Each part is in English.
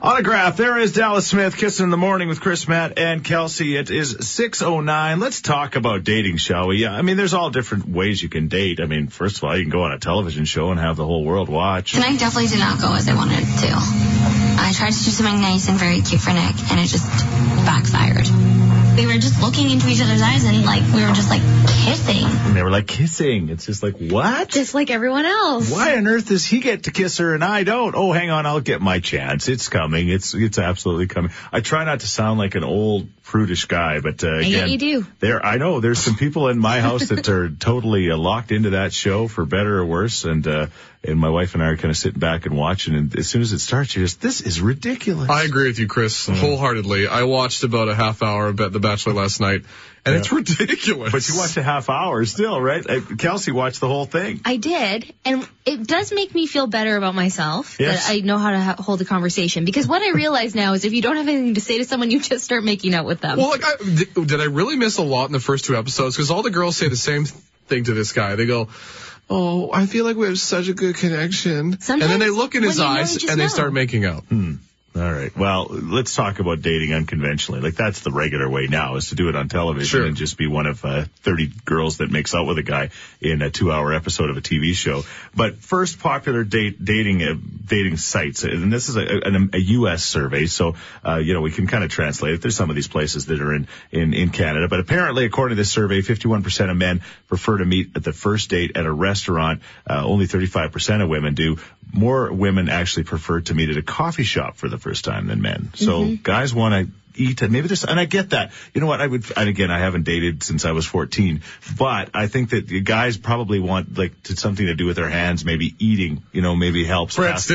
Autograph. There is Dallas Smith kissing in the morning with Chris, Matt, and Kelsey. It is 6.09. Let's talk about dating, shall we? Yeah, I mean, there's all different ways you can date. I mean, first of all, you can go on a television show and have the whole world watch. And I definitely did not go as I wanted to. I tried to do something nice and very cute for Nick, and it just backfired. We were just looking into each other's eyes, and like we were just like kissing. And they were like kissing. It's just like, what? just like everyone else. Why on earth does he get to kiss her and I don't? Oh, hang on, I'll get my chance. It's coming. It's it's absolutely coming. I try not to sound like an old prudish guy, but uh, yet again, you do. There, I know there's some people in my house that are totally uh, locked into that show for better or worse, and uh, and my wife and I are kind of sitting back and watching. And as soon as it starts, you're just this is ridiculous. I agree with you, Chris, Hmm. wholeheartedly. I watched about a half hour of The Bachelor last night, and it's ridiculous. but you watched a half hour still, right? I, Kelsey watched the whole thing. I did, and it does make me feel better about myself Yes. that I know how to ha- hold a conversation. Because what I realize now is if you don't have anything to say to someone, you just start making out with them. Well, like, I, th- did I really miss a lot in the first two episodes? Because all the girls say the same thing to this guy. They go, "Oh, I feel like we have such a good connection," and then Sometimes they look in his when you know, you eyes just and they know. start making out. Hmm. All right. Well, let's talk about dating unconventionally. Like that's the regular way now is to do it on television Sure. and just be one of uh, 30 girls that makes out with a guy in a two-hour episode of a TV show. But first popular date dating uh, dating sites, and this is a, a, a U.S. survey, so uh, you know we can kind of translate it. There's some of these places that are in in in Canada, but apparently according to this survey, 51% of men prefer to meet at the first date at a restaurant. Uh, only 35% of women do. More women actually prefer to meet at a coffee shop for the first time than men. So guys want to eat and maybe there's and I get that. You know what? I would and again I haven't dated since I was 14, but I think that the guys probably want like to, something to do with their hands, maybe eating, you know, maybe helps. pass the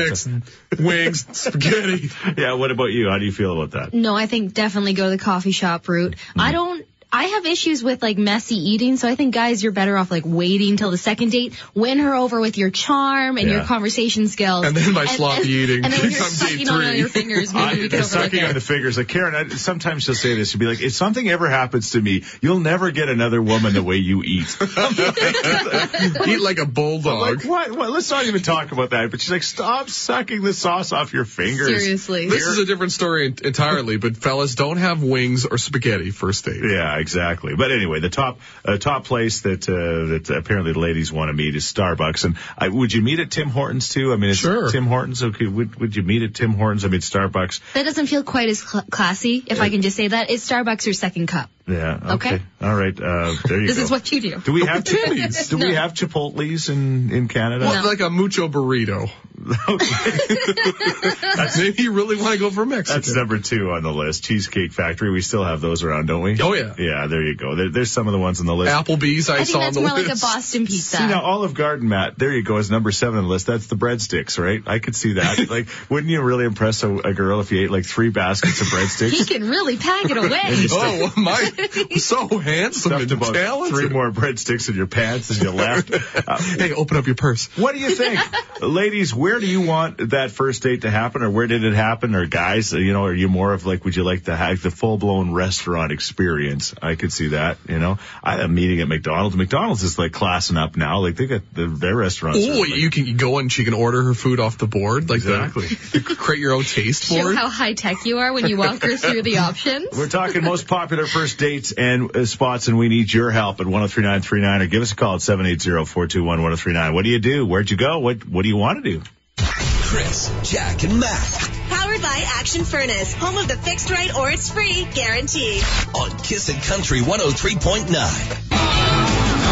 Breadsticks, wings, spaghetti. time. Yeah, what about you? How do you feel about that? no, I think definitely go the coffee shop route. I don't. I have issues with like messy eating, so I think guys, you're better off like waiting till the second date. Win her over with your charm and Yeah. your conversation skills, And then my sloppy eating and then when you're becomes sucking date on three. your fingers, maybe I, we can it's overlook sucking it. on the fingers. Like Karen, I, sometimes she'll say this. She'll be like, "If something ever happens to me, you'll never get another woman the way you eat." Eat like a Oh bulldog. Like, what? what? Let's not even talk about that. But she's like, "Stop sucking the sauce off your fingers." Seriously. This is a different story en- entirely, but fellas, don't have wings or spaghetti first date. Yeah, exactly. But anyway, the top uh, top place that uh, that apparently the ladies want to meet is Starbucks. And I, would you meet at Tim Hortons too? I mean, is Sure. Tim Hortons okay? Would would you meet at Tim Hortons? I mean, Starbucks. That doesn't feel quite as cl- classy, if I can just say that. It's Starbucks or second cup. Yeah. Okay. Okay. All right. Uh, there you This go. is what you do. do we have Chili's. do we No. have Chipotle's in in Canada? Well, Like a mucho burrito. Maybe you really want to go for Mexican. That's number two on the list. Cheesecake Factory. We still have those around, don't we? Oh, yeah. Yeah, there you go. There, there's some of the ones on the list. Applebee's, I, I saw think that's on the more list. like a Boston pizza. See now, Olive Garden, Matt. There you go. Is number seven on the list. That's the breadsticks, right? I could see that. like, wouldn't you really impress a, a girl if you ate like three baskets of he breadsticks? can really pack it away. Oh, my! So handsome Stuffed and about talented. three more breadsticks in your pants as you left. Uh, Hey, open up your purse. what do you think, ladies? Where do you want that first date to happen, or where did it happen, or guys? You know, are you more of like, would you like to have the full blown restaurant experience? I could see that. You know, I am meeting at McDonald's. McDonald's is like classing up now. Like they got the, their restaurants. are, Oh, like, you can go and she can order her food off the board, like the- Exactly. you can create your own taste Show board. how high tech you are when you walk her through the options. We're talking most popular first dates and uh, spots, and we need your help at 103939 or give us a call at 780-421-1039. What do you do? Where'd you go? What What do you want to do? Chris, Jack, and Matt Powered by Action Furnace, home of the fixed right or it's free guarantee. on Kissin' Country 103.9.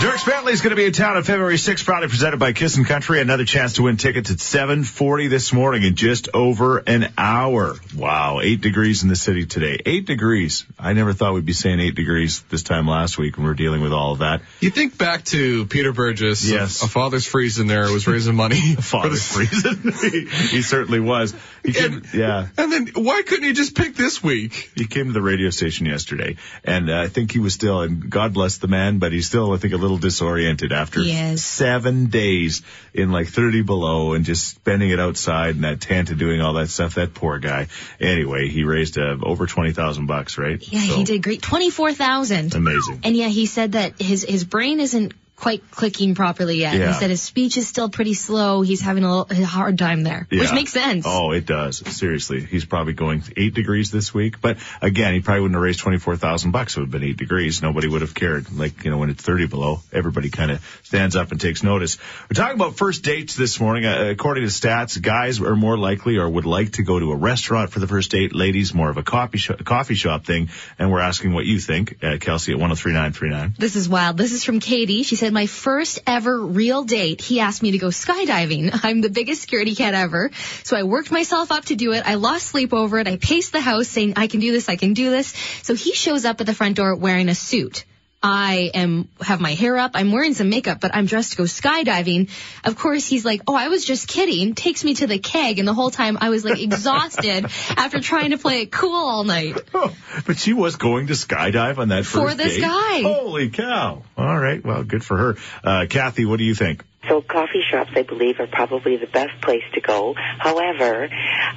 Dirk Bentley is going to be in town on February 6th, proudly presented by Kissin' Country. Another chance to win tickets at 740 this morning in just over an hour. Wow. Eight degrees in the city today. Eight degrees. I never thought we'd be saying eight degrees this time last week when we were dealing with all of that. You think back to Peter Burgess, Yes. a, a father's freeze in there was raising money. Father reason. he, he certainly was. He came, And- yeah. And then why couldn't he just pick this week? he came to the radio station yesterday, and uh, I think he was still, and God bless the man, but he's still, I think, a little little disoriented after Yes. seven days in like 30 below and just spending it outside and that Tanta doing all that stuff. That poor guy. Anyway, he raised uh, over 20,000 bucks, right? Yeah, So, he did great. 24,000. Amazing. And yeah, he said that his his brain isn't quite clicking properly yet. Yeah. He said his speech is still pretty slow. He's having a, little, a hard time there, which Yeah. makes sense. Oh, it does. Seriously, he's probably going eight degrees this week. But again, he probably wouldn't have raised twenty four thousand bucks. It would have been eight degrees. Nobody would have cared. Like you know, when it's thirty below, everybody kind of stands up and takes notice. We're talking about first dates this morning. Uh, according to stats, guys are more likely or would like to go to a restaurant for the first date. Ladies, more of a coffee shop, coffee shop thing. And we're asking what you think, uh, Kelsey at one zero three nine three nine. This is wild. This is from Katie. She said, My first ever real date, he asked me to go skydiving. I'm the biggest scaredy cat ever. So I worked myself up to do it. I lost sleep over it. I paced the house saying, I can do this, I can do this. So he shows up at the front door wearing a suit. I am have my hair up. I'm wearing some makeup, but I'm dressed to go skydiving. Of course, he's like, "Oh, I was just kidding." Takes me to the keg, and the whole time I was like exhausted after trying to play it cool all night. but she was going to skydive on that For first this date. guy. Holy cow! All right, well, good for her. Uh, Kathy, what do you think? So coffee shops, I believe, are probably the best place to go. However,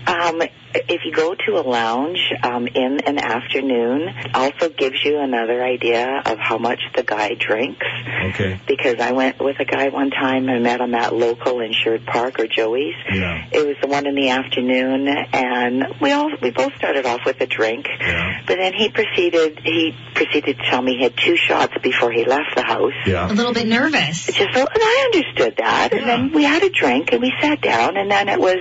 um, if you go to a lounge um, in an afternoon, it also gives you another idea of how much the guy drinks. Okay. Because I went with a guy one time I met him at local insured park or Joey's. Yeah. It was the one in the afternoon, and we all we both started off with a drink. Yeah. But then he proceeded he proceeded to tell me he had two shots before he left the house. A Yeah. little bit nervous. It's just, and I understood that. And then we had a drink and we sat down and then it was,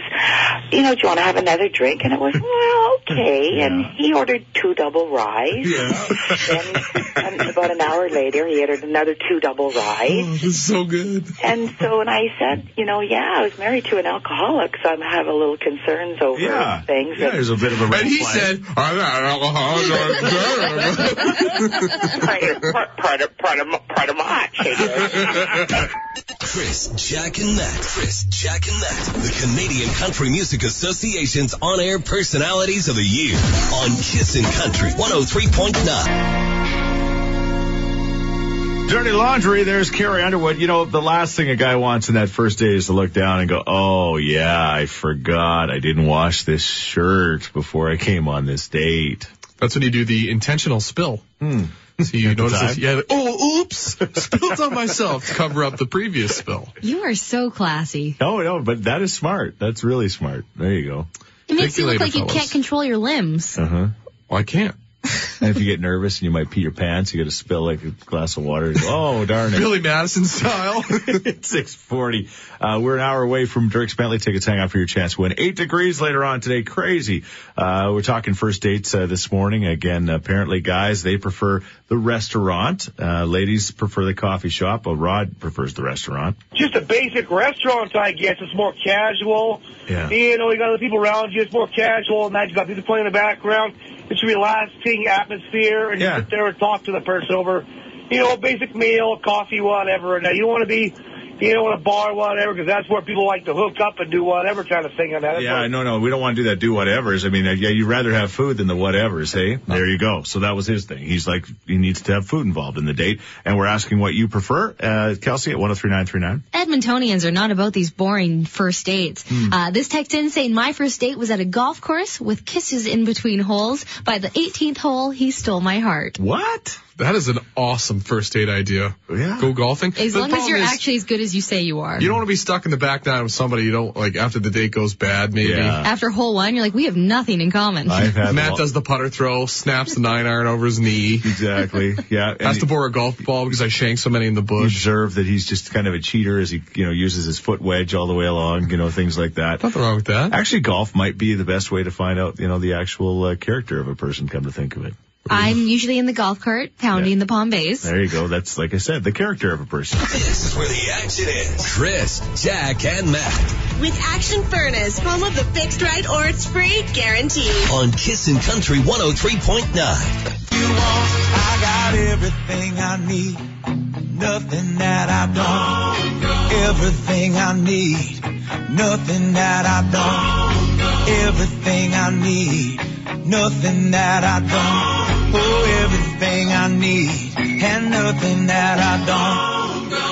you know, do you want to have another drink? And it was, well, okay. And he ordered two double ryes. and, and about an hour later, he ordered another two double ryes. Oh, this is so good. And so, and I said, you know, yeah, I was married to an alcoholic, so I'm have a little concerns over Yeah. things. Yeah, And- there's a bit of a red And he flag. said, I'm not an alcoholic. I'm a part of, part, part of, part of, part of my shake. Chris, Jack, and Matt. Chris, Jack, and Matt. The Canadian Country Music Association's on air personalities of the year on Kissin' Country 103.9. Dirty laundry, there's Carrie Underwood. You know, the last thing a guy wants in that first day is to look down and go, oh yeah, I forgot. I didn't wash this shirt before I came on this date. That's when you do the intentional spill. So you notice, time. this, yeah, like, oh, oops, spilled on myself to cover up the previous spill. You are so classy. No, Oh, no, but that is smart. That's really smart. There you go. It makes Thank you you look later, like you fellas. can't control your limbs. Uh huh. Well, I can't. And if you get nervous and you might pee your pants, you got to spill like a glass of water. Oh darn it. Billy Madison style. it's 640. Uh, we're an hour away from Dirk's Bentley tickets. Hang out for your chance to win. Eight degrees later on today. Crazy. Uh, we're talking first dates uh, this morning. Again, apparently guys, they prefer the restaurant. Uh, ladies prefer the coffee shop. Well, Rod prefers the restaurant. just a basic restaurant, I guess. It's more casual. Yeah. You know, you got other people around you. It's more casual, and that you got people playing in the background. It's a relaxing atmosphere, and Yeah. you sit there and talk to the person over, you know, a basic meal, coffee, whatever. Now, you don't want to be, you know, in a bar, whatever, because that's where people like to hook up and do whatever kind of thing on that. That's Yeah, why- no, no, we don't want to do that. Do whatever's. I mean, uh, yeah, you'd rather have food than the whatever's. Hey, there you go. So that was his thing. He's like, he needs to have food involved in the date. And we're asking what you prefer. Uh, Kelsey at 103939. Edmontonians are not about these boring first dates. Hmm. Uh, this text in saying, My first date was at a golf course with kisses in between holes. By the 18th hole, he stole my heart. What? that is an awesome first date idea. Yeah. Go golfing. As The long as problem you're is, actually as good as you say you are. You don't want to be stuck in the back nine with somebody you don't like after the date goes bad, maybe. Yeah. After hole one, you're like, We have nothing in common. I've had Matt lo- does the putter throw, snaps the nine iron over his knee, Exactly. Yeah. And has to borrow a golf ball because I shanked so many in the you bush. observe that he's just kind of a cheater as he, you know, uses his foot wedge all the way along, you know, things like that. Nothing wrong with that. Actually, golf might be the best way to find out, you know, the actual uh, character of a person, come to think of it. I'm usually in the golf cart, pounding Yeah. the palm base. There you go. That's, like I said, the character of a person. This is where the action is. Chris, Jack, and Matt With Action Furnace, home of the fixed right or it's free guarantee. on Kissin' Country 103.9. I got everything I need, nothing that I don't. Everything I need, nothing that I don't. Everything I need, nothing that I don't. Oh, everything I need, and nothing that I don't.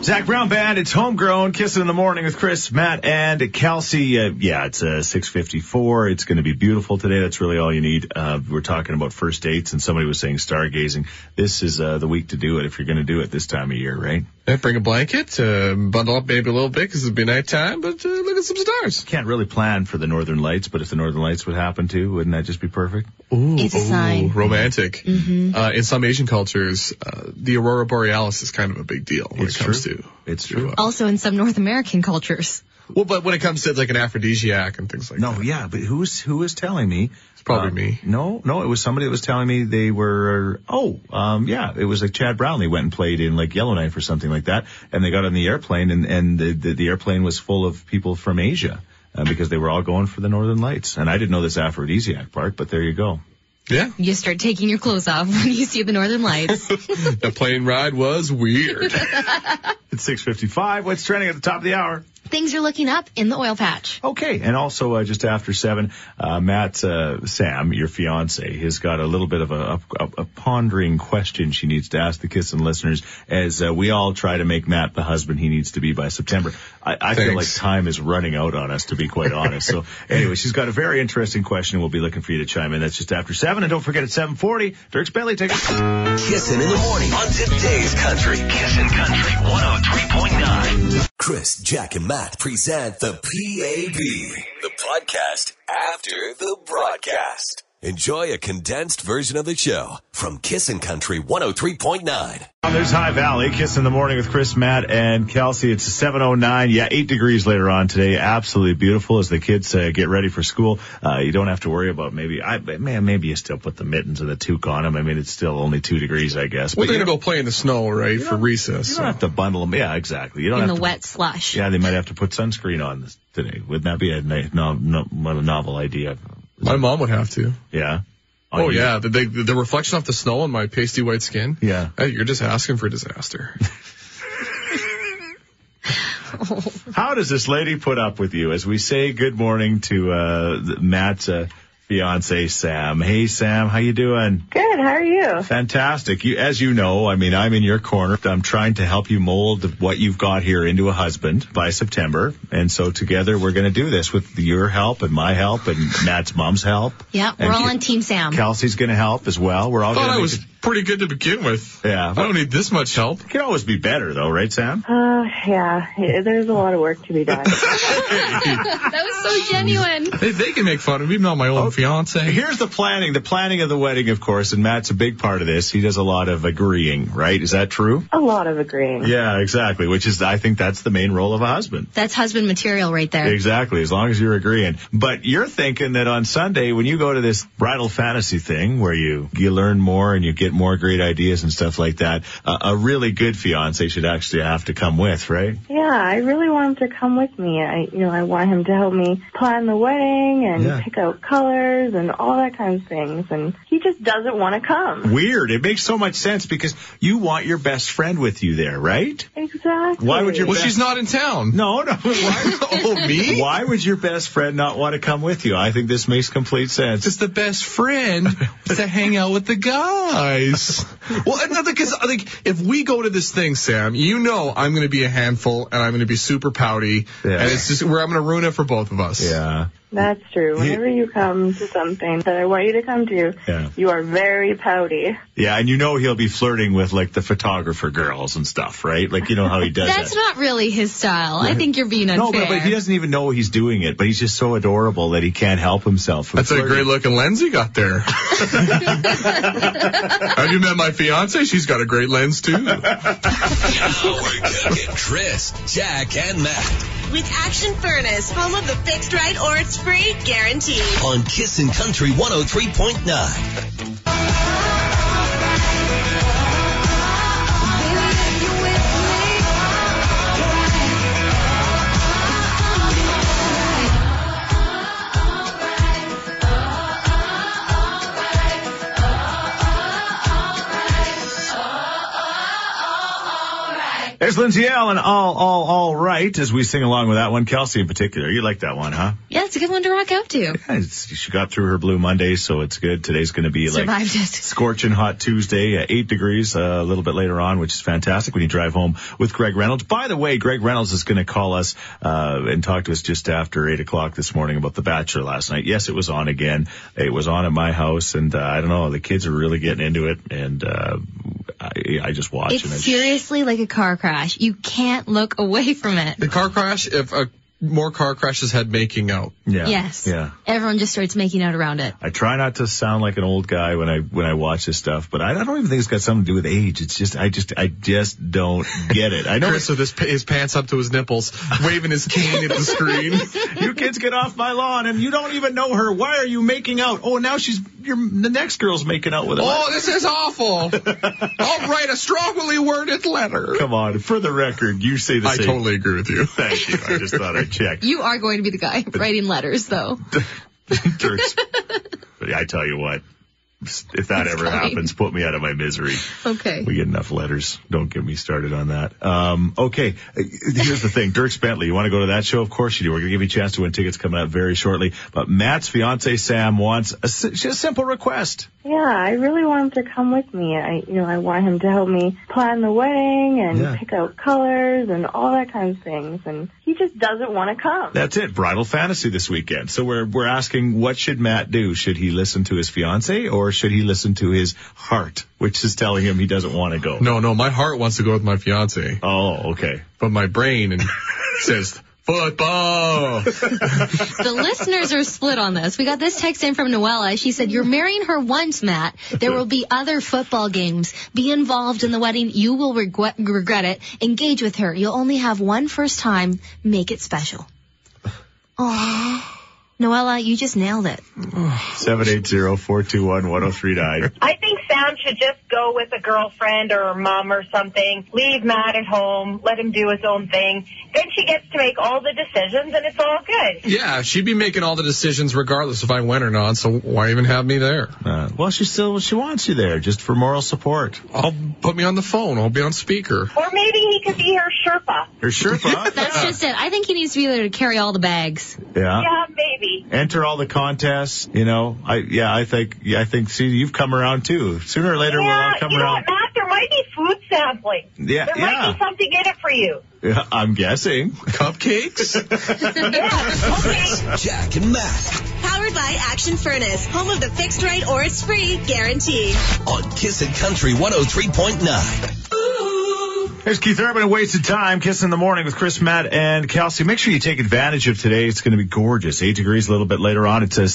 Zach Brown Band, it's homegrown. Kissing in the morning with Chris, Matt, and Kelsey. Uh, yeah, it's uh, 6:54. It's going to be beautiful today. That's really all you need. Uh, we're talking about first dates, and somebody was saying stargazing. This is uh, the week to do it if you're going to do it this time of year, right? Yeah, bring a blanket, uh, bundle up maybe a little bit because it'll be nighttime, but uh, look at some stars. Can't really plan for the Northern Lights, but if the Northern Lights would happen too, wouldn't that just be perfect? Ooh, It's a sign. Mm-hmm. romantic. Uh, in some Asian cultures, uh, the aurora borealis is kind of a big deal when It's it comes true. to. It's true. Also in some North American cultures. Well, but when it comes to like an aphrodisiac and things like that. No, yeah, but who's who was telling me? It's probably me. No, no, it was somebody that was telling me they were. Oh, um, yeah, it was like Chad Brownlee went and played in like Yellowknife or something like that, and they got on the airplane, and and the the, the airplane was full of people from Asia uh, because they were all going for the Northern Lights, and I didn't know this aphrodisiac part, but there you go. Yeah, You start taking your clothes off when you see the northern lights. the plane ride was weird. It's six fifty five. What's trending at the top of the hour? Things are looking up in the oil patch. Okay, and also uh, just after seven, uh, Matt, uh, Sam, your fiance, has got a little bit of a, a, a pondering question she needs to ask the Kissin' listeners as uh, we all try to make Matt the husband he needs to be by September. I, I feel like Thanks. time is running out on us, to be quite honest. So anyway, she's got a very interesting question. We'll be looking for you to chime in. That's just after seven, and don't forget at seven forty, Dirk's Bentley tickets. Kissing in the morning on today's country. Kissin' Country 103.9. Chris, Jack, and Matt present the PAB, the podcast after the broadcast. Enjoy a condensed version of the show from Kissin' Country 103.9. There's High Valley, Kiss in the Morning with Chris, Matt, and Kelsey. It's 7.09, yeah, 8 degrees later on today. Absolutely beautiful as the kids uh, get ready for school. Uh, you don't have to worry about maybe, I man, maybe you still put the mittens and the toque on them. I mean, it's still only 2 degrees, I guess. well, they're you, gonna don't, go play in the snow, right, for recess. you don't so. have to bundle them. Yeah, exactly. You don't In have the to, wet slush. Yeah, they might have to put sunscreen on this today. Wouldn't that be a, ni- no, no, what a novel idea? My mom would have to. Yeah. On Oh you. yeah, the, the, the reflection off the snow on my pasty white skin. Yeah. Hey, you're just asking for disaster. How does this lady put up with you as we say good morning to uh, Matt's uh, fiance Sam? Hey Sam, how you doing? Good. How are you? Fantastic. You, as you know, I mean, I'm in your corner. I'm trying to help you mold what you've got here into a husband by September, and so together we're going to do this with your help and my help and Matt's mom's help. Yeah, we're And all Ke- on Team Sam. Kelsey's going to help as well. We're all. Thought gonna I make was it- pretty good to begin with. Yeah. I don't need this much help. Can always be better though, right, Sam? Uh-huh. Uh, yeah, yeah, there's a lot of work to be done. that was so genuine. They, they can make fun of me, not my own fiance. Here's the planning. The planning of the wedding, of course, and Matt's a big part of this. He does a lot of agreeing, right? Is that true? a lot of agreeing. Yeah, exactly. Which is, I think that's the main role of a husband. That's husband material right there. Exactly, as long as you're agreeing. But you're thinking that on Sunday, when you go to this bridal fantasy thing where you, you learn more and you get more great ideas and stuff like that, uh, a really good fiance should actually have to come with, right? Yeah, I really want him to come with me. I, you know, I want him to help me plan the wedding and Yeah. pick out colors and all that kind of things. And he just doesn't want to come. Weird. It makes so much sense because you want your best friend with you there, right? Exactly. Why would your Well, she's not in town. No, no. Why, oh, me? why would your best friend not want to come with you? I think this makes complete sense. Just the best friend was to hang out with the guys. Well, another because like if we go to this thing, Sam, you know I'm going to be a handful and I'm going to be super pouty, Yeah. and it's just where I'm going to ruin it for both of us. yeah. That's true. Whenever you come to something that I want you to come to, Yeah. you are very pouty. Yeah, and you know he'll be flirting with like the photographer girls and stuff, right? Like you know how he does that. That's not really his style. I think you're being unfair. No, but, but he doesn't even know he's doing it, but he's just so adorable that he can't help himself. from That's a flirting. great looking lens you got there. Have you met my fiance? She's got a great lens too. Oh Chris, Jack, and Matt With Action Furnace, home of the fixed right or it's free guarantee. on Kissin' Country 103.9. Hey, There's Lindsay Allen, all, all, all right, as we sing along with that one. Kelsey in particular, you like that one, huh? Yeah, it's a good one to rock out to. Yeah, it's- she got through her blue Monday, so it's good. Today's going to be like Survived it. scorching hot Tuesday, uh, eight degrees uh, a little bit later on, which is fantastic when you drive home with Greg Reynolds. By the way, Greg Reynolds is going to call us uh, and talk to us just after eight o'clock this morning about The Bachelor last night. Yes, it was on again. It was on at my house, and uh, I don't know, the kids are really getting into it, and uh, I, I just watch It's and it's seriously like a car crash. You can't look away from it. The car crash, if a, more car crashes had making out. yeah, Yes. yeah. Everyone just starts making out around it. I try not to sound like an old guy when I when I watch this stuff, but I don't even think it's got something to do with age. It's just I just I just don't get it. I know Chris with his, pa- his pants up to his nipples, waving his cane at the screen. you kids get off my lawn, and you don't even know her. Why are you making out? Oh, now she's you're, the next girl's making out with her. Oh, this is awful. I'll write a strongly worded letter. come on! For the record, you say the I same. totally agree with you. Thank you. I just thought I'd check. You are going to be the guy writing letters, though. Turks. But I tell you what, if that ever coming. happens, put me out of my misery. Okay. We get enough letters. Don't get me started on that. Um, okay, uh, here's the thing. Dirks Bentley, you want to go to that show? Of course you do. We're going to give you a chance to win tickets coming up very shortly. But Matt's fiance Sam wants a, si- just a simple request. Yeah, I really want him to come with me. I, you know, I want him to help me plan the wedding and Yeah. pick out colors and all that kind of things. And he just doesn't want to come. That's it. Bridal fantasy this weekend. So we're we're asking, what should Matt do? Should he listen to his fiance or should he listen to his heart, which is telling him he doesn't want to go? No, no, my heart wants to go with my fiance, Oh, okay. but my brain and says football. The listeners are split on this. We got this text in from Noella. She said, You're marrying her once, Matt. There will be other football games. Be involved in the wedding. You will regret, regret it. Engage with her. You'll only have one first time. Make it special. Oh. Noella, you just nailed it. 780-421-1039. I think Sam should just go with a girlfriend or a mom or something. Leave Matt at home. Let him do his own thing. Then she gets to make all the decisions, and it's all good. Yeah, she'd be making all the decisions regardless if I went or not, so why even have me there? Uh, well, she still she wants you there just for moral support. I'll put me on the phone, I'll be on speaker. Or maybe he could be her Sherpa. Your Sherpa. That's just it. I think he needs to be there to carry all the bags. Yeah. Yeah, maybe. Enter all the contests. You know, I yeah, I think yeah, I think. See, you've come around too. Sooner or later, we'll yeah, all come you know around. what, Matt? There might be food sampling. Yeah, There might yeah. be something in it for you. Yeah, I'm guessing. Cupcakes? Yeah. Okay. Jack and Matt Powered by Action Furnace, home of the fixed right or it's free guarantee. on Kissin' Country 103.9. There's Keith Urban, a waste of time. Kiss in the morning with Chris, Matt, and Kelsey. Make sure you take advantage of today. It's going to be gorgeous. Eight degrees a little bit later on. It says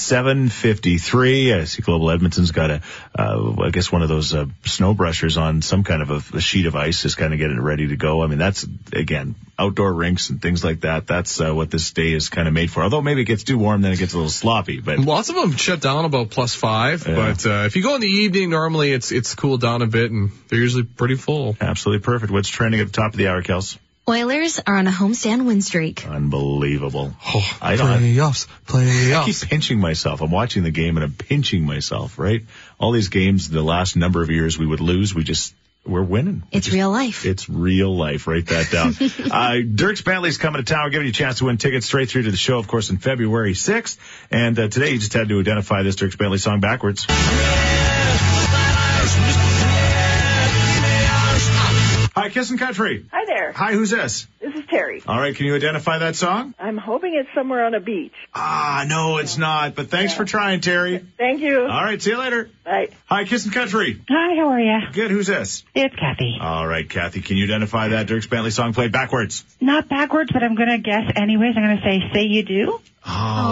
7:53. I see Global Edmonton's got a, uh, I guess one of those uh, snow brushers on some kind of a, a sheet of ice, just kind of getting it ready to go. I mean, that's again outdoor rinks and things like that. That's uh, what this day is kind of made for. Although maybe it gets too warm, then it gets a little sloppy. But Lots of them shut down about plus five, Yeah. but uh, if you go in the evening, normally it's it's cooled down a bit, and they're usually pretty full. absolutely perfect. What's trending at the top of the hour, Kels? Oilers are on a homestand win streak. Unbelievable. Oh, I don't- playoffs, I keep playoffs. pinching myself. I'm watching the game and I'm pinching myself, right? All these games, the last number of years we would lose, we just, we're winning. It's real life. It's real life. Write that down. uh, Dirks Bentley's coming to town. We're giving you a chance to win tickets straight through to the show, of course, on February 6th. And uh, today you just had to identify this Dirks Bentley song backwards. Hi, Kissing Country. Hi there. Hi, who's this? This is Terry. All right, can you identify that song? I'm hoping it's somewhere on a beach. Ah, no, it's not. But thanks for trying, Terry. Thank you. All right, see you later. Bye. Hi, Kiss and Country. Hi, how are you? Good, who's this? It's Kathy. All right, Kathy, can you identify that Dirks Bentley song played backwards? Oh, Not backwards, but I'm going to guess anyways. I'm going to say, say you do. Oh,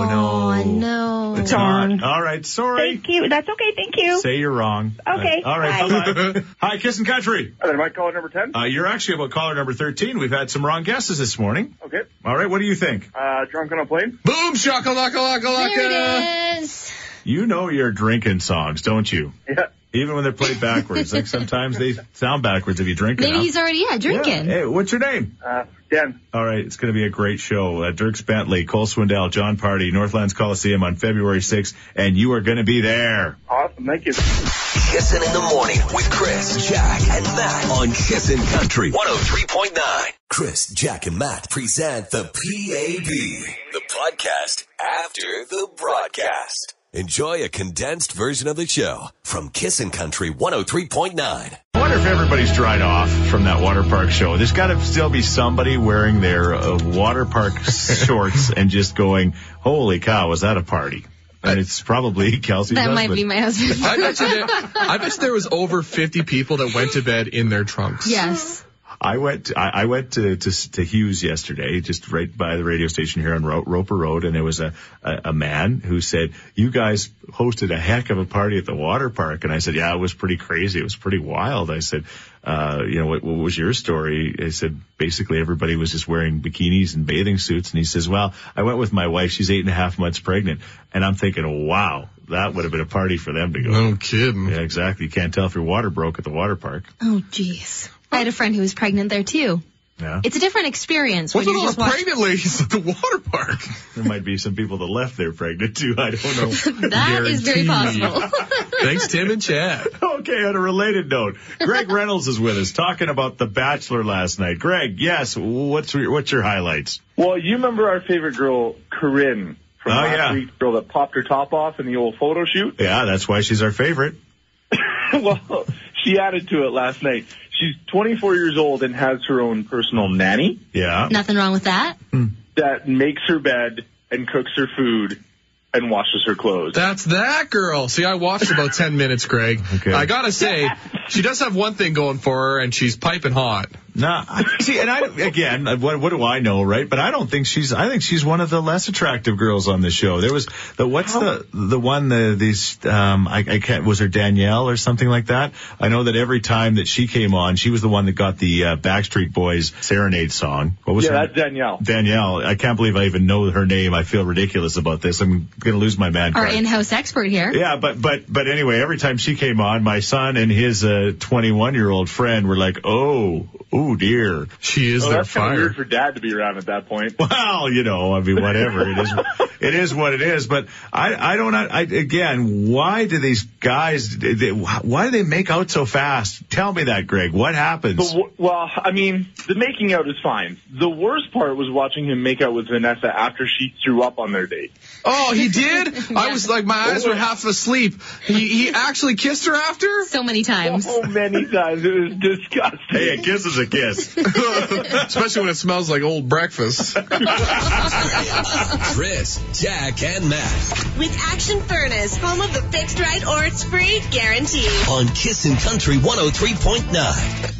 Oh, no. It's Darn. not. All right, sorry. Thank you. That's okay. Thank you. Say you're wrong. Okay, All right, bye. bye-bye. Hi, Kiss and Country. Am I caller number 10? Uh, you're actually about caller number 13. We've had some wrong guesses this morning. Okay. All right, what do you think? Uh, drunk on a plane? Boom, shaka laka laka laka. There it is. You know your drinking songs, don't you? Yeah. Even when they're played backwards. like sometimes they sound backwards if you drink Maybe enough. he's already, yeah, Yeah. drinking. Hey, what's your name? Uh, 10. All right, it's going to be a great show. Uh, Dirks Bentley, Cole Swindell, John Party, Northlands Coliseum on February 6th, and you are going to be there. Awesome. Thank you. Kissin' in the morning with Chris, Jack, and Matt oh on Kissin' Country 103.9. Chris, Jack, and Matt present the PAB, the podcast after the broadcast. Enjoy a condensed version of the show from Kissin' Country 103.9. I wonder if everybody's dried off from that water park show. There's got to still be somebody wearing their uh, water park shorts and just going, holy cow, was that a party? And it's probably Kelsey. That might be my husband. I bet, you there, I bet you there was over 50 people that went to bed in their trunks. Yes. I went. I, I went to, to to Hughes yesterday, just right by the radio station here on Ro- Roper Road, and there was a, a a man who said, "You guys hosted a heck of a party at the water park," and I said, "Yeah, it was pretty crazy. It was pretty wild." I said, uh, "You know, what, what was your story?" I said, "Basically, everybody was just wearing bikinis and bathing suits," and he says, "Well, I went with my wife. She's eight and a half months pregnant," and I'm thinking, "Wow." That would have been a party for them to go. No kidding. Yeah, exactly. You can't tell if your water broke at the water park. Oh, jeez. I had a friend who was pregnant there too. Yeah. It's a different experience What's when with you're all just watching. the pregnant ladies at the water park? There might be some people that left there pregnant too. I don't know. That is very Guaranteed. possible. Thanks, Tim and Chad. okay, on a related note, Greg Reynolds is with us talking about The Bachelor last night. Greg, yes, what's your, what's your highlights? Well, you remember our favorite girl, Corinne, from Oh, last yeah. week's girl that popped her top off in the old photo shoot? Yeah, that's why she's our favorite. well, she added to it last night. She's 24 years old and has her own personal nanny Yeah. Nothing wrong with that. that makes her bed and cooks her food and washes her clothes. That's that girl. See, I watched about 10 minutes, Greg. I gotta say, she does have one thing going for her, and she's piping hot. Nah, I- see, and I again, what what do I know, right? But I don't think she's. I think she's one of the less attractive girls on the show. There was the what's the the one the these um I, I can't was her Danielle or something like that. I know that every time that she came on, she was the one that got the uh, Backstreet Boys serenade song. What was yeah, her? that's Danielle. Danielle, I can't believe I even know her name. I feel ridiculous about this. I'm gonna lose my man Our card. in-house expert here. Yeah, but but but anyway, every time she came on, my son and his 21 year old friend were like, "Oh, oh dear." She is Oh, their that's kind of fire. weird for dad to be around at that point. Well, you know, I mean, whatever it is, it is what it is. But I I don't I again, why do these guys? They, why do they make out so fast? Tell me that, Greg. What happens? But w- well, I mean, the making out is fine. The worst part was watching him make out with Vanessa after she threw up on their date. Oh, he did? I was like, my eyes Oh. were half asleep. He, he actually kissed her after? So many times. So many times. It was disgusting. hey, a kiss is a kiss. Especially when it smells like old breakfast. Chris, Jack, and Matt With Action Furnace, home of the fixed right or it's free guarantee. on Kissin' Country 103.9.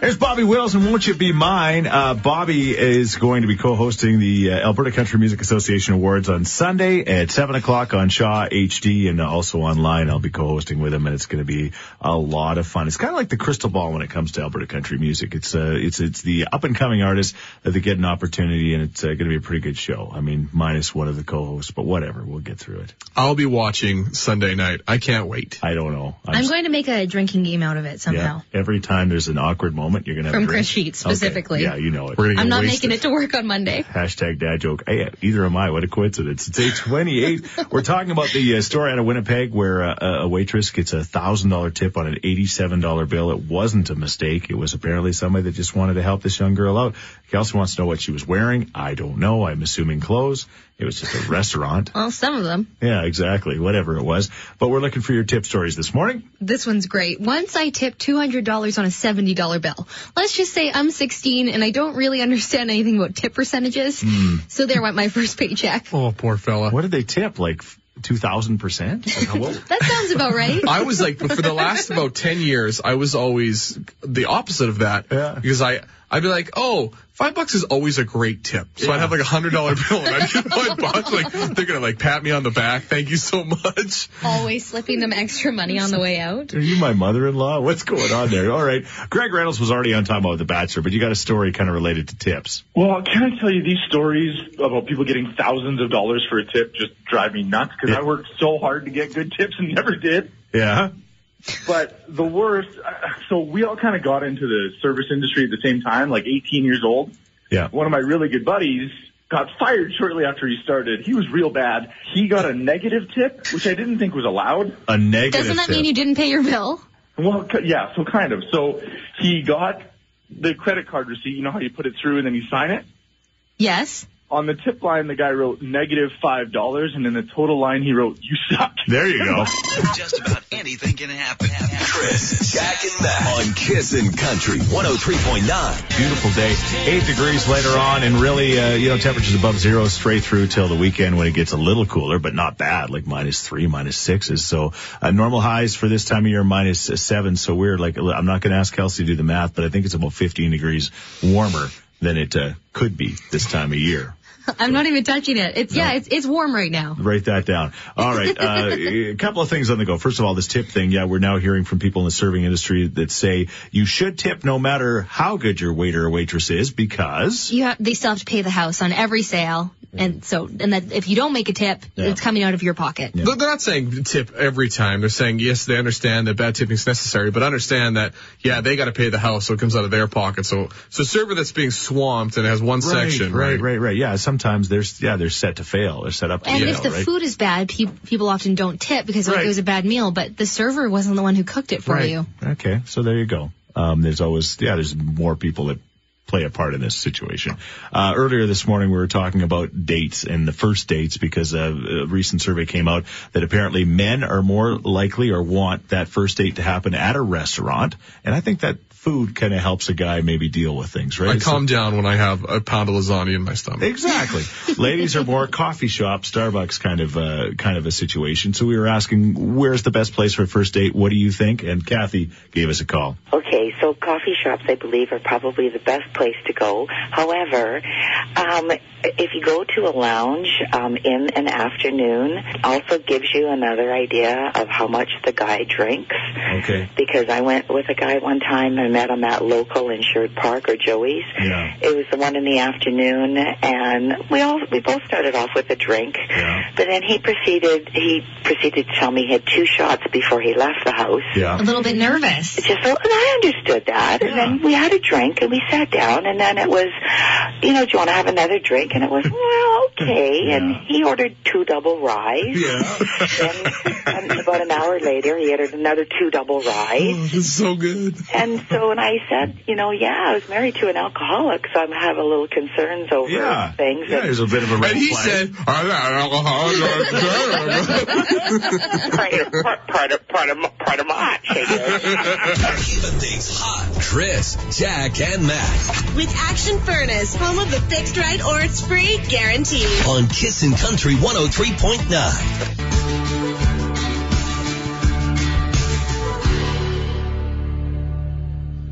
There's Bobby Wills and Won't You Be Mine. Uh, Bobby is going to be co-hosting the uh, Alberta Country Music Association Awards on Sunday at 7 o'clock on Shaw HD and also online. I'll be co-hosting with him and it's going to be a lot of fun. It's kind of like the crystal ball when it comes to Alberta country music. It's, uh, it's, it's the up and coming artists that get an opportunity and it's uh, going to be a pretty good show. I mean, minus one of the co-hosts, but whatever. We'll get through it. I'll be watching Sunday night. I can't wait. I don't know. I'm going to make a drinking game out of it somehow. yeah, every time there's an awkward moment, you're going to have From a drink. Chris Sheets, Okay. specifically. Yeah, you know it. We're gonna I'm not making it to work on Monday. Hashtag dad joke. Hey, either am I. What a coincidence. It's 828. We're talking about the uh, story out of Winnipeg where uh, a waitress gets a $1,000 tip on an $87 bill. It wasn't a mistake. It was apparently somebody that just wanted to help this young girl out. Kelsey wants to know what she was wearing. I don't know. I'm assuming clothes. It was just a restaurant. Well, some of them. Yeah, exactly. Whatever it was. But we're looking for your tip stories this morning. This one's great. Once I tipped $200 on a $70 bill. Let's just say I'm 16 and I don't really understand anything about tip percentages. So there went my first paycheck. Oh, poor fella. What did they tip? Like 2,000%? Like, That sounds about right. I was like, for the last about 10 years, I was always the opposite of that. Yeah. Because I, I'd be like, oh, five bucks is always a great tip. So I'd have like a hundred dollar bill and I'd get five bucks. Like, they're going to like pat me on the back. Thank you so much. Always slipping them extra money on the way out. Are you my mother-in-law? What's going on there? All right. Greg Reynolds was already on time about The Bachelor, but you got a story kind of related to tips. Well, can I tell you these stories about people getting thousands of dollars for a tip just drive me nuts because I worked so hard to get good tips and never did. Yeah. But the worst, uh, so we all kind of got into the service industry at the same time, like 18 years old. Yeah. One of my really good buddies got fired shortly after he started. He was real bad. He got a negative tip, which I didn't think was allowed. A negative Doesn't that mean you didn't pay your bill? Well, c- yeah, so kind of. So he got the credit card receipt. You know how you put it through and then you sign it? Yes. On the tip line, the guy wrote negative five dollars, and in the total line, he wrote "you suck." There you go. Just about anything can happen. Chris, Jack, and Matt on Kissin' Country 103.9. Beautiful day. Eight degrees later on, and really, uh, you know, temperatures above zero straight through till the weekend when it gets a little cooler, but not bad, like minus three, minus sixes. So uh, normal highs for this time of year minus uh, seven. So we're like, I'm not going to ask Kelsey to do the math, but I think it's about 15 degrees warmer than it uh, could be this time of year. I'm not even touching it. It's yeah, it's it's warm right now. Write that down. All right. Uh, a couple of things on the go. First of all, this tip thing. Yeah, we're now hearing from people in the serving industry that say you should tip no matter how good your waiter or waitress is because. You have, they still have to pay the house on every sale, and so and that if you don't make a tip, it's coming out of your pocket. They're they're not saying tip every time. They're saying yes, they understand that bad tipping is necessary, but understand that yeah, they got to pay the house, so it comes out of their pocket. So so a server that's being swamped and has one section, Right, right, right. Yeah, sometimes there's yeah they're set to fail. They're set up to And fail. if the right? food is bad, pe- people often don't tip because like, Right. it was a bad meal. But the server wasn't the one who cooked it for right. you. Okay, so there you go. Um, there's always yeah, there's more people that play a part in this situation. Uh, earlier this morning, we were talking about dates and the first dates because a, a recent survey came out that apparently men are more likely or want that first date to happen at a restaurant, and I think that food kind of helps a guy maybe deal with things, right? I It's a- calm down when I have a pound of lasagna in my stomach. Exactly. Ladies are more coffee shop, Starbucks kind of uh, kind of a situation. So we were asking, where's the best place for a first date? What do you think? And Kathy gave us a call. Okay, so coffee shops, I believe, are probably the best place to go. However, um, if you go to a lounge um, in an afternoon, also gives you another idea of how much the guy drinks. Okay. Because I went with a guy one time and met him at local in Sherwood Park or Joey's. Yeah. It was the one in the afternoon, and we all we both started off with a drink. But then he proceeded he proceeded to tell me he had two shots before he left the house. Yeah. A little bit nervous. Just so, and I understood that. And then we had a drink and we sat down and then it was, you know, do you want to have another drink? And it was, well, okay. And he ordered two double ryes. and, and about an hour later, he ordered another two double ryes. this is so good. Oh. And so, and I said, you know, yeah, I was married to an alcoholic, so I'm have a little concerns over Yeah. things. Yeah, there's a bit of a red And he flag. said, I'm not an alcoholic. part, part of part of my- part of my heart Keeping things hot. Chris, Jack, and Matt With Action Furnace, home of the fixed right or it's free guarantee. on Kissin' Country 103.9.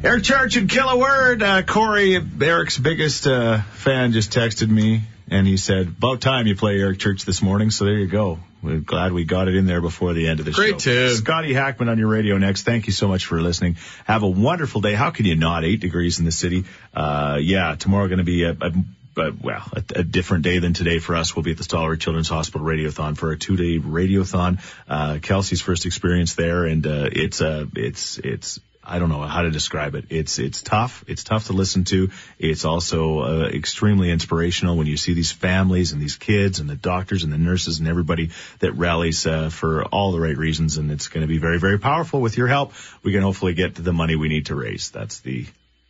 Eric Church and Killer Word. Uh, Corey, Eric's biggest uh, fan, just texted me and he said, "About time you play Eric Church this morning." So there you go. We're glad we got it in there before the end of the Great show. tip. Scotty Hackman on your radio next. Thank you so much for listening. Have a wonderful day. How can you not? Eight degrees in the city. Uh, yeah, tomorrow going to be a, a but well, a, a different day than today for us. We'll be at the Stollery Children's Hospital Radiothon for a two-day radiothon. Uh, Kelsey's first experience there, and uh, it's uh, it's it's I don't know how to describe it. It's it's tough. It's tough to listen to. It's also uh, extremely inspirational when you see these families and these kids and the doctors and the nurses and everybody that rallies uh, for all the right reasons. And it's going to be very very powerful. With your help, we can hopefully get the money we need to raise. That's the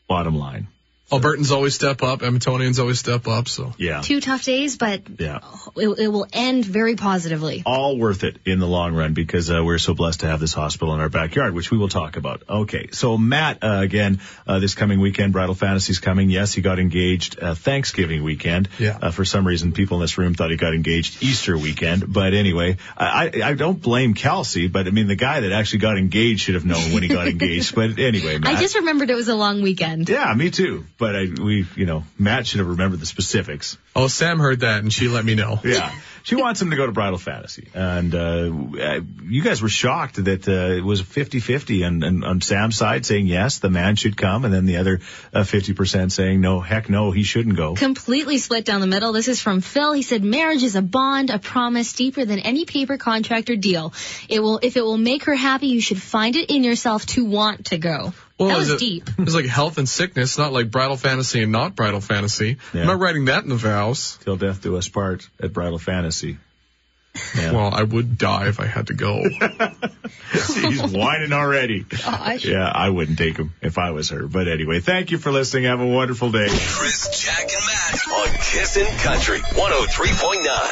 bottom line. Albertans Oh, always step up. Edmontonians always step up. So Yeah. Two tough days, but Yeah. it, it will end very positively. all worth it in the long run because uh, we're so blessed to have this hospital in our backyard, which we will talk about. Okay, so Matt, uh, again, uh, this coming weekend, Bridal Fantasy's coming. Yes, he got engaged uh, Thanksgiving weekend. Yeah. Uh, for some reason, people in this room thought he got engaged Easter weekend. But anyway, I, I I don't blame Kelsey, but I mean, the guy that actually got engaged should have known when he got engaged. But anyway, Matt. I just remembered it was a long weekend. yeah, me too. But I, we, you know, Matt should have remembered the specifics. Oh, Sam heard that and she let me know. Yeah. She wants him to go to Bridal Fantasy. And uh, uh, you guys were shocked that uh, it was 50-50 and, and on Sam's side saying yes, the man should come, and then the other uh, 50% saying no, heck no, he shouldn't go. Completely split down the middle. This is from Phil. He said, "Marriage is a bond, a promise deeper than any paper contract or deal. It will, if it will make her happy, you should find it in yourself to want to go." that was it, deep. It was like health and sickness, not like bridal fantasy and not bridal fantasy. I'm not writing that in the vows. Till death do us part at bridal fantasy. Well, I would die if I had to go. He's whining already. Gosh. Yeah, I wouldn't take him if I was her. But anyway, thank you for listening. Have a wonderful day. oh Chris, Jack, and Matt on Kissin' Country 103.9.